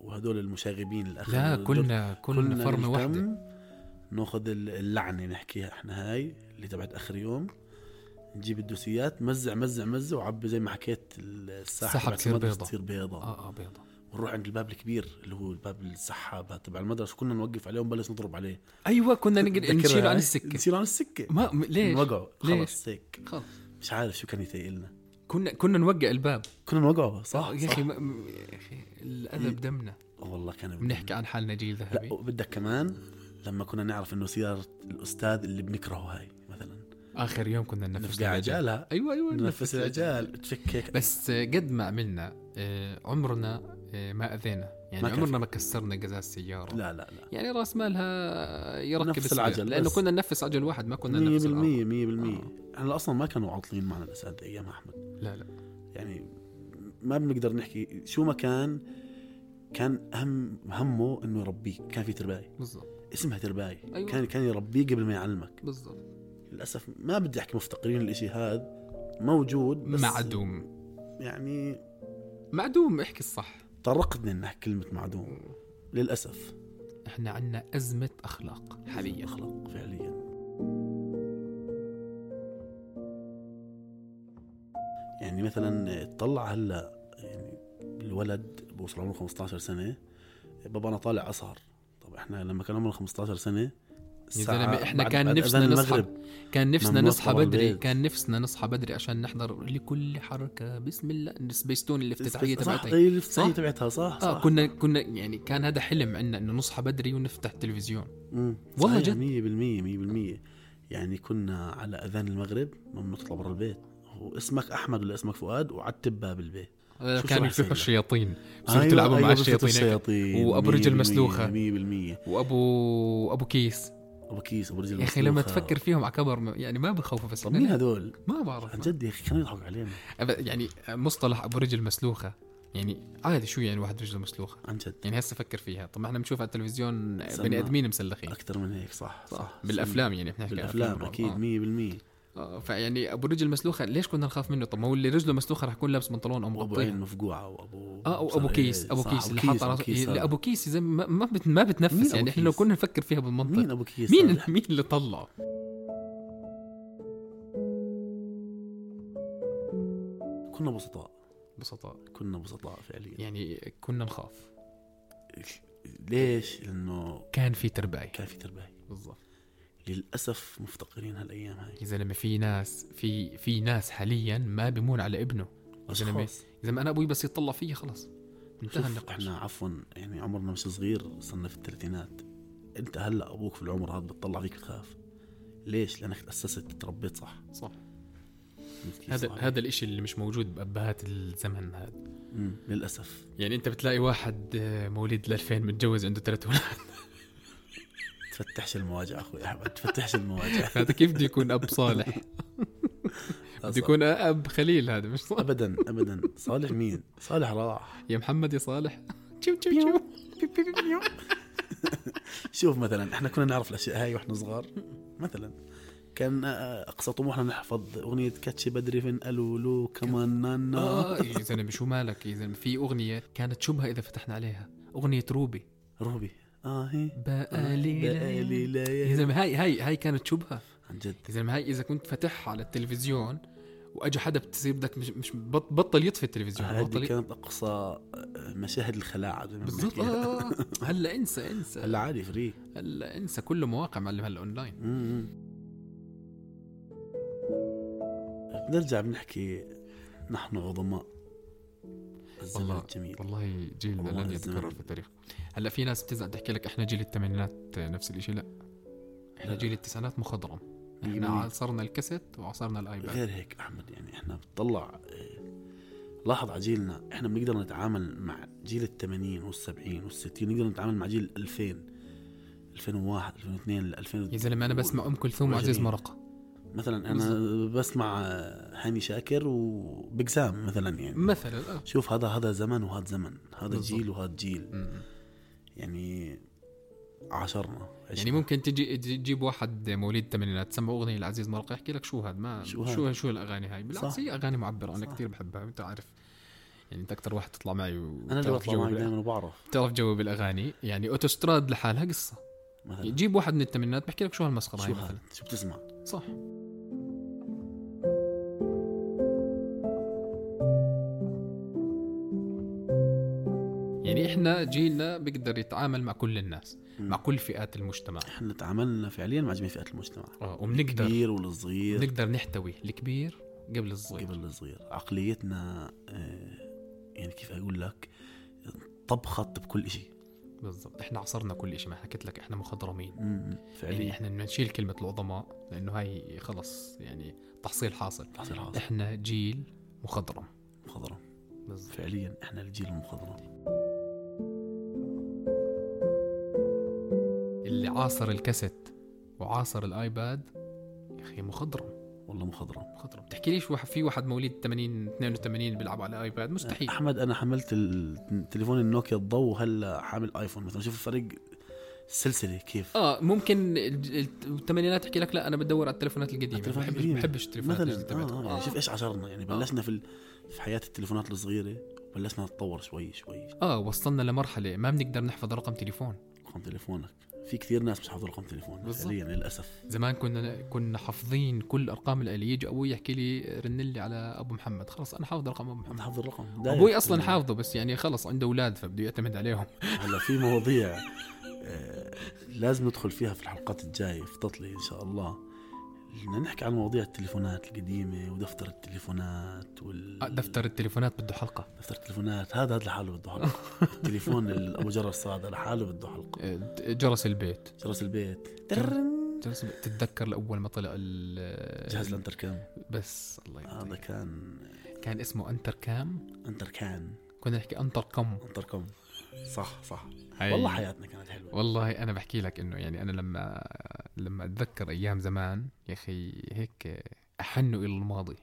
S3: وهدول المشاغبين الاخر
S2: لا
S3: دول-
S2: كلنا كلنا فرمة واحدة
S3: نهتم ناخذ اللعنه نحكيها احنا هاي اللي تبعت اخر يوم نجيب الدوسيات مزع مزع مزع وعبي زي ما حكيت الساحه
S2: الساحة
S3: تبعت
S2: بتصير
S3: المدرسة
S2: بيضة.
S3: بتصير بيضاء
S2: اه اه بيضة
S3: ونروح عند الباب الكبير اللي هو الباب السحابه تبع المدرسه كنا نوقف عليه ونبلش نضرب عليه
S2: ايوه كنا نقل-
S3: تذكرها
S2: نشيله
S3: هاي؟
S2: عن السكة
S3: نشيله عن السكه
S2: ما م- ليش؟
S3: نوقعه
S2: ليش؟
S3: خلص هيك
S2: خلص
S3: مش عارف شو كان يتقي لنا
S2: كنا كنا نوقع الباب
S3: كنا نوقعه صح
S2: آه، يا اخي
S3: صح.
S2: ما- م- يا اخي الاذى
S3: ي-
S2: بدمنا
S3: والله كان بدنا-
S2: بنحكي عن حالنا جيل ذهبي
S3: لا وبدك كمان لما كنا نعرف انه سياره الاستاذ اللي بنكرهه هاي مثلا
S2: اخر يوم كنا ننفس
S3: نفقع عجالها
S2: ايوه ايوه
S3: ننفس العجال تفك هيك
S2: بس آه، قد ما عملنا آه، عمرنا آه، ما اذينا يعني
S3: ما كان
S2: عمرنا ما كسرنا جزاز السياره
S3: لا لا لا
S2: يعني راس مالها يركب
S3: نفس
S2: السيارة،
S3: العجل
S2: لانه
S3: بس.
S2: كنا ننفس عجل واحد ما كنا آه.
S3: 100%
S2: ننفس العجل
S3: 100% احنا اصلا ما كانوا عاطلين معنا الاساتذه ايام احمد
S2: لا لا
S3: يعني ما بنقدر نحكي شو ما كان كان اهم همه انه يربيك كان في ترباي
S2: بالضبط
S3: اسمها ترباي
S2: أيوة.
S3: أيوة. كان كان يربيك قبل ما يعلمك
S2: بالضبط
S3: للاسف ما بدي احكي مفتقرين الاشي هذا موجود بس
S2: معدوم
S3: يعني
S2: معدوم احكي الصح
S3: طرقتني اني احكي كلمه معدوم للاسف
S2: احنا عندنا ازمه اخلاق حاليا
S3: اخلاق فعليا يعني مثلا اطلع هلا يعني الولد بوصل عمره 15 سنه بابا انا طالع اسهر طب احنا لما كان عمرنا 15 سنه
S2: يا
S3: الساعة
S2: زلمة، إحنا
S3: بعد-
S2: كان
S3: بعد
S2: نفسنا
S3: أذان
S2: نصحى
S3: المغرب.
S2: كان نفسنا
S3: لما
S2: نصحى
S3: نطلع
S2: بدري
S3: البيت.
S2: كان نفسنا نصحى بدري عشان نحضر لكل حركه بسم الله سبيستون الافتتاحيه
S3: صح
S2: تبعتها
S3: هي الافتتاحيه
S2: صح؟
S3: تبعتها صح
S2: اه
S3: صح
S2: كنا كنا يعني كان هذا حلم عندنا انه نصحى بدري ونفتح التلفزيون
S3: مم.
S2: والله
S3: صحيح،
S2: جد.
S3: 100% 100% يعني كنا على اذان المغرب ممنوع تطلع برا البيت واسمك احمد ولا اسمك فؤاد وعتب باب البيت
S2: آه، كانوا
S3: شو راح أيوة، يصير
S2: يفتحوا
S3: لك؟
S2: الشياطين بصيروا تلعبوا مع الشياطين هيك. وأبو رجل مسلوخة.
S3: 100%
S2: وابو ابو كيس
S3: ابو كيس ابو رجل
S2: يا اخي لما تفكر فيهم على كبر ما- يعني ما بخوفوا بس
S3: طب
S2: إحنا
S3: مين
S2: لا،
S3: هذول؟
S2: ما
S3: عن
S2: بعرف
S3: جد يا اخي كانوا يضحكوا علينا
S2: أب- يعني مصطلح ابو رجل مسلوخه يعني عادي شو يعني واحد رجله مسلوخه
S3: عن جد
S2: يعني هسه فكر فيها طب ما احنا بنشوف على التلفزيون
S3: سماع.
S2: بني ادمين مسلخين
S3: اكثر من هيك صح صح
S2: بالافلام يعني احنا نحكي عن
S3: بالافلام
S2: الرعب.
S3: اكيد
S2: آه.
S3: 100%
S2: آه، فيعني ابو رجل مسلوخه ليش كنا نخاف منه طب ما هو اللي رجله مسلوخه رح يكون لابس بنطلون او
S3: وابو عين
S2: مغطي
S3: مفقوعه وابو
S2: اه وابو كيس ابو
S3: صح،
S2: كيس اللي حاط على
S3: أبو
S2: راسه
S3: كيس
S2: إيه، لا
S3: هذا.
S2: ابو كيس اذا ما ما, بت... ما بتنفس
S3: مين
S2: يعني
S3: أبو
S2: احنا لو
S3: كيس؟
S2: كنا نفكر فيها بالمنطق
S3: مين
S2: مين
S3: ابو كيس
S2: مين,
S3: هذا؟
S2: مين اللي طلعه
S3: كنا بسطاء
S2: ببساطه
S3: كنا بسطاء فعليا
S2: يعني كنا نخاف
S3: ليش؟ لانه
S2: كان في تربايه
S3: كان في تربايه
S2: بالضبط
S3: للاسف مفتقرين هالايام هاي
S2: يا زلمه في ناس في في ناس حاليا ما بيمون على ابنه يا زلمه
S3: أشخاص.
S2: يا زلمه انا ابوي بس يطلع فيي خلص انتهى
S3: شوف
S2: النقاش
S3: احنا عفوا يعني عمرنا مش صغير صرنا في الثلاثينات انت هلا ابوك في العمر هذا بتطلع فيك بتخاف ليش؟ لانك تاسست تربيت صح
S2: صح
S3: فهمت كيف؟
S2: هذا
S3: صح.
S2: هذا الاشي اللي مش موجود بابهات الزمن هذا
S3: مم، للاسف
S2: يعني انت بتلاقي واحد آه، مواليد ال 2000 متجوز عنده ثلاث اولاد
S3: تفتحش المواجع اخوي احمد تفتحش المواجع
S2: هذا كيف بده يكون اب صالح بده يكون اب خليل هذا مش صالح
S3: ابدا ابدا صالح مين؟ صالح راح
S2: يا محمد يا صالح شو شو شو
S3: شوف مثلا احنا كنا نعرف الاشياء هاي واحنا صغار مثلا كان آه، اقصى طموحنا نحفظ اغنيه كاتشي بدري فين الو لو كمان نانا
S2: اه يا زلمه شو مالك يا زلمه في اغنيه كانت شبهه اذا فتحنا عليها اغنيه روبي
S3: روبي اه هي
S2: بقالي
S3: بقالي
S2: آه، ليلة.
S3: ليالي.
S2: يا زلمه هاي هاي هاي كانت شبهه
S3: عن جد
S2: يا زلمه هاي اذا كنت فاتحها على التلفزيون واجى حدا بتصير بدك مش, مش بط- بطل يطفي التلفزيون بطل
S3: هذه
S2: يط-
S3: كانت اقصى مشاهد الخلاعه زي ما
S2: بالضبط
S3: بنحكيها.
S2: آه. هلا انسى انسى
S3: هلا يعني عادي فري
S2: هلا انسى كله مواقع معلم هلا اونلاين
S3: مم. نرجع بنحكي نحن عظماء الزمن
S2: والله.
S3: الجميل
S2: والله جيل
S3: والله
S2: لن
S3: الزمن.
S2: يتكرر في التاريخ هلا في ناس بتزعل تحكي لك احنا جيل الثمانينات نفس الشيء لا احنا
S3: لا.
S2: جيل التسعينات مخضرم
S3: مية
S2: احنا
S3: بالمية.
S2: عصرنا الكاسيت وعصرنا الايباد
S3: غير هيك احمد يعني احنا بنطلع آه، لاحظ على جيلنا احنا بنقدر نتعامل مع جيل ال 80 وال 70 وال 60 نقدر نتعامل مع جيل ال 2000 2001 2002 ل 2000
S2: يا زلمه انا بسمع ام كلثوم وعزيز
S3: وجميل.
S2: مرقه
S3: مثلا انا بسمع آه، هاني شاكر وبقسام مثلا يعني
S2: مثلا آه.
S3: شوف هذا هذا زمن وهذا زمن هذا
S2: بالضبط.
S3: جيل وهذا جيل
S2: م- م.
S3: يعني عشرنا
S2: يعني ممكن تجي تجيب واحد مواليد الثمانينات تسمع اغنيه لعزيز مرقه يحكي لك شو هذا ما
S3: شو
S2: شو
S3: هاد؟
S2: شو, شو الاغاني هاي
S3: صح.
S2: بالعكس هي اغاني معبره انا
S3: صح.
S2: كثير بحبها انت عارف يعني انت اكثر واحد تطلع معي
S3: انا اللي
S2: وتعرف
S3: بطلع معك
S2: جو
S3: دائما وبعرف
S2: بتعرف جو بالاغاني يعني اوتوستراد لحالها قصه
S3: مثلا
S2: جيب واحد من الثمانينات بحكي لك شو هالمسخره
S3: شو
S2: هاي مثلا
S3: هذا شو بتسمع
S2: صح يعني احنا جيلنا بيقدر يتعامل مع كل الناس
S3: مم.
S2: مع كل فئات المجتمع
S3: احنا تعاملنا فعليا مع جميع فئات المجتمع
S2: اه وبنقدر
S3: الكبير والصغير
S2: بنقدر نحتوي الكبير قبل الصغير
S3: قبل الصغير عقليتنا آه، يعني كيف اقول لك طبخت بكل شيء
S2: بالضبط احنا عصرنا كل شيء ما حكيت لك احنا مخضرمين يعني
S3: فعليا
S2: احنا بدنا نشيل كلمه العظماء لانه هاي خلص يعني تحصيل حاصل
S3: تحصيل حاصل.
S2: احنا جيل مخضرم
S3: مخضرم
S2: بالضبط
S3: فعليا احنا الجيل المخضرم
S2: اللي عاصر الكاسيت وعاصر الايباد يا اخي مخضرم
S3: والله مخضرم
S2: مخضرم تحكي ليش واحد في واحد مواليد 80 82 بيلعب على ايباد مستحيل
S3: احمد انا حملت ال- تليفون النوكيا الضو وهلا حامل ايفون مثلا شوف الفرق السلسله كيف
S2: اه ممكن ال- ال- الثمانينات تحكي لك لا انا بدور على التليفونات القديمه ما
S3: التليفونات
S2: بحبش
S3: القديمة.
S2: ما بحبش التليفونات
S3: مثلا
S2: الجديده
S3: آه
S2: تبعتهم.
S3: آه، يعني شوف
S2: آه,
S3: ايش عشرنا يعني بلشنا في ال- في حياه التليفونات الصغيره بلشنا نتطور شوي شوي
S2: اه وصلنا لمرحله ما بنقدر نحفظ رقم تليفون
S3: رقم تليفونك في كثير ناس مش حافظوا رقم تليفونك
S2: بالضبط.
S3: فعليا للاسف
S2: زمان كنا كنا حافظين كل ارقام الاليه يجي ابوي يحكي لي رن لي على ابو محمد خلص انا حافظ رقم ابو محمد
S3: حافظ الرقم دايركت.
S2: ابوي اصلا حافظه بس يعني خلص عنده اولاد فبده يعتمد عليهم
S3: هلا في مواضيع آه، لازم ندخل فيها في الحلقات الجايه في تطلي ان شاء الله بدنا نحكي عن مواضيع التليفونات القديمه ودفتر التليفونات وال
S2: آه، دفتر التليفونات بده حلقه
S3: دفتر التليفونات هذا هذا لحاله بده حلقه التليفون ال- ابو جرس هذا لحاله بده حلقه
S2: آه، جرس البيت
S3: جرس البيت
S2: جرس البيت تتذكر لاول ما طلع ال-
S3: جهاز الانتركام
S2: بس الله
S3: هذا
S2: يعطيك
S3: كان
S2: كان اسمه انتركام
S3: انتركان
S2: كنا نحكي انتركم
S3: انتركم صح صح والله حياتنا كانت حلوه
S2: والله انا بحكي لك انه يعني انا لما لما اتذكر ايام زمان يا اخي هيك احن الى الماضي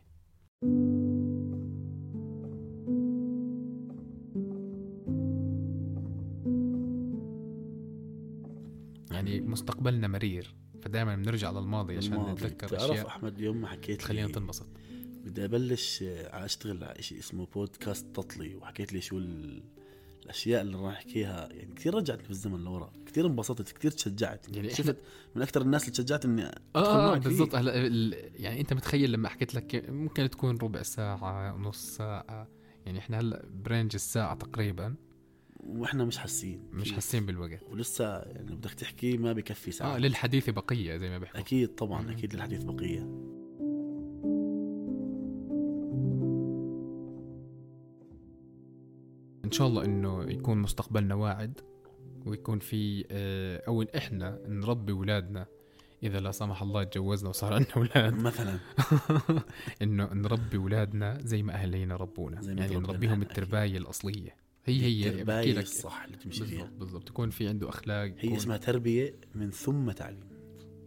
S2: يعني مستقبلنا مرير فدائما بنرجع للماضي عشان
S3: الماضي.
S2: نتذكر
S3: بتعرف
S2: اشياء
S3: احمد اليوم ما حكيت لي
S2: تخلينا تنبسط
S3: بدي ابلش آه، على اشتغل على شيء اسمه بودكاست تطلي وحكيت لي شو ال... الاشياء اللي راح احكيها يعني كثير رجعتني بالزمن لورا كثير انبسطت كثير تشجعت
S2: يعني
S3: يعني
S2: إحنا-
S3: شفت من اكثر الناس اللي تشجعت اني أدخل
S2: اه, آه
S3: معك فيه.
S2: بالضبط هلا ال- يعني انت متخيل لما حكيت لك ممكن تكون ربع ساعه نص ساعه يعني احنا هلا برينج الساعه تقريبا
S3: واحنا مش حاسين يعني
S2: مش
S3: كيف.
S2: حاسين بالوقت
S3: ولسه يعني بدك تحكي ما بكفي ساعه
S2: اه للحديث بقيه زي ما بيحكوا
S3: اكيد طبعا
S2: مم.
S3: اكيد للحديث بقيه
S2: ان شاء الله انه يكون مستقبلنا واعد ويكون في آه، او إن احنا نربي اولادنا اذا لا سمح الله تجوزنا وصار عندنا اولاد
S3: مثلا
S2: انه نربي اولادنا زي ما اهالينا ربونا
S3: زي ما
S2: يعني
S3: تربينا
S2: نربيهم
S3: إحنا أكيد.
S2: التربايه الاصليه هي هي بحكي
S3: التربايه
S2: لك
S3: الصح اللي تمشي
S2: بالضبط
S3: فيها
S2: بالضبط يكون في عنده اخلاق
S3: هي
S2: يكون-
S3: اسمها تربيه من ثم تعليم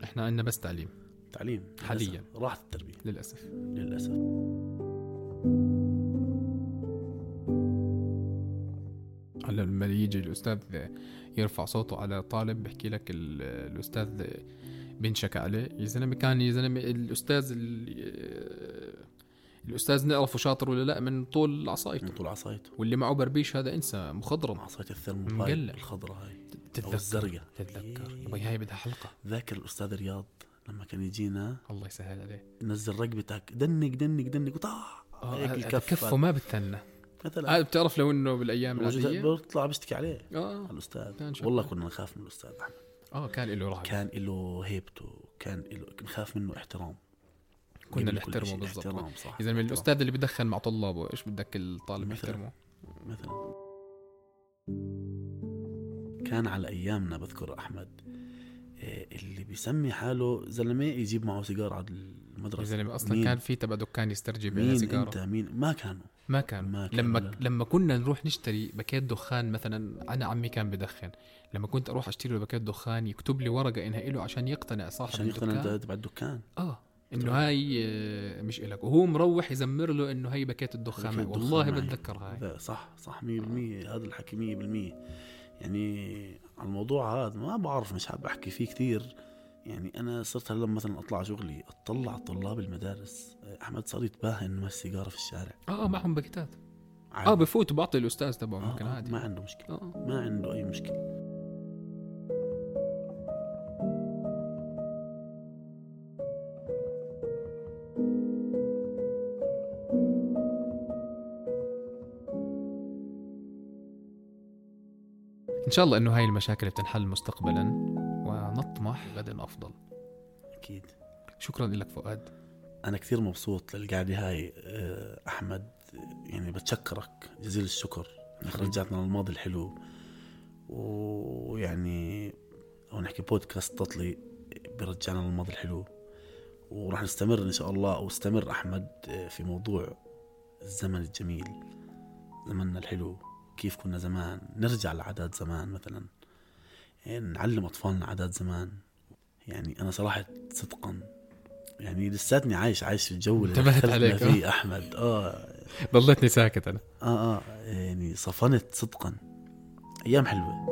S2: احنا عندنا بس تعليم
S3: تعليم للأسف.
S2: حالياً. إيه.
S3: راحت التربيه
S2: للاسف
S3: للاسف
S2: هلا لما يجي الاستاذ يرفع صوته على طالب بحكي لك ال- الاستاذ بنشك عليه يا زلمه كان يا زلمه الاستاذ ال- الاستاذ نعرفه شاطر ولا لا من طول
S3: من
S2: عصايته
S3: طول عصايته
S2: واللي معه بربيش هذا انسى مخضرم
S3: عصايه الثرموبايل
S2: مقلع.
S3: الخضراء هاي او
S2: تتذكر
S3: الزرقاء
S2: تتذكر
S3: إيه.
S2: يبا هاي بدها حلقه
S3: ذاكر الاستاذ رياض لما كان يجينا
S2: الله يسهل عليه
S3: نزل رقبتك دنك دنك دنك وطاح
S2: آه،
S3: هيك
S2: هذا
S3: الكف
S2: كفه ما بتثنى
S3: مثلا
S2: هذا بتعرف لو انه بالايام
S3: الوجه
S2: العاديه
S3: بيطلع بيشتكي عليه
S2: اه
S3: على الاستاذ
S2: كان شاطر.
S3: والله كنا نخاف من الاستاذ احمد
S2: اه آه، كان له رهبه
S3: كان له هيبته كان له نخاف منه احترام
S2: كنا
S3: قبل كل
S2: نحترمه
S3: شيء،
S2: بالضبط
S3: احترام، صح
S2: اذا من
S3: احترام.
S2: الاستاذ اللي بدخن مع طلابه ايش بدك الطالب
S3: مثلاً.
S2: يحترمه
S3: مثلا كان على ايامنا بذكر احمد إيه، اللي بيسمي حاله زلمه يجيب معه سيجار على
S2: يا
S3: المدرسه
S2: زلمه اصلا
S3: مين؟
S2: كان في تبع دكان يسترجي على
S3: مين
S2: سيجاره
S3: انت مين ما كانوا
S2: ما كان
S3: ما كان
S2: لما
S3: ولا-
S2: لما كنا نروح نشتري باكيت دخان مثلا انا عمي كان بدخن لما كنت اروح اشتري له باكيت دخان يكتب لي ورقه انها له عشان يقتنع صاحب
S3: عشان يقتنع
S2: الدكان.
S3: انت تبع الدكان
S2: اه انه هاي آه، مش إلك وهو مروح يزمر له انه هي باكيت الدخان معي.
S3: باكيت الدخان
S2: والله
S3: معي.
S2: بتذكر هاي
S3: لا صح صح 100% هذا الحكي 100% يعني على الموضوع هذا ما بعرف مش حاب احكي فيه كثير يعني انا صرت هلا مثلا اطلع شغلي اطلع على طلاب المدارس احمد صار يتباهى انه ماشي سيجاره في الشارع
S2: اه آه، معهم باكيتات
S3: عادي.
S2: اه بفوت بعطي الاستاذ تبعه
S3: آه،
S2: ممكن
S3: آه،
S2: عادي
S3: ما عنده مشكله
S2: اه
S3: ما عنده اي مشكله
S2: ان شاء الله انه هاي المشاكل بتنحل مستقبلا ونطمح غدا افضل
S3: اكيد
S2: شكرا لك فؤاد
S3: انا كثير مبسوط للقعده هاي آه، احمد آه، يعني بتشكرك جزيل الشكر انك رجعتنا للماضي الحلو ويعني او نحكي بودكاست تطلي برجعنا للماضي الحلو وراح نستمر ان شاء الله او استمر احمد آه، في موضوع الزمن الجميل زمننا الحلو كيف كنا زمان نرجع لعادات زمان مثلا يعني نعلم اطفالنا عادات زمان يعني انا صراحه صدقا يعني لساتني عايش عايش في الجو اللي
S2: انتبهت
S3: دخلنا
S2: عليك، آه.
S3: فيه احمد اه
S2: ضليتني ساكت انا
S3: اه اه يعني صفنت صدقا ايام حلوه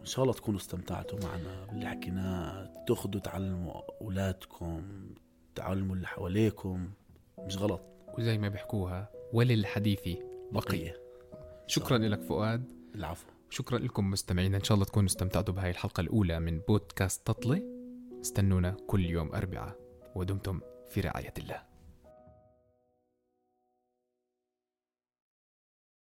S3: ان شاء الله تكونوا استمتعتوا معنا باللي حكيناه تاخذوا تعلموا اولادكم تعلموا اللي حواليكم مش غلط
S2: وزي ما بيحكوها وللحديث بقيه شكرا لك فؤاد
S3: العفو
S2: شكرا لكم مستمعينا ان شاء الله تكونوا استمتعتوا بهاي الحلقه الاولى من بودكاست تطلي استنونا كل يوم اربعاء ودمتم في رعايه الله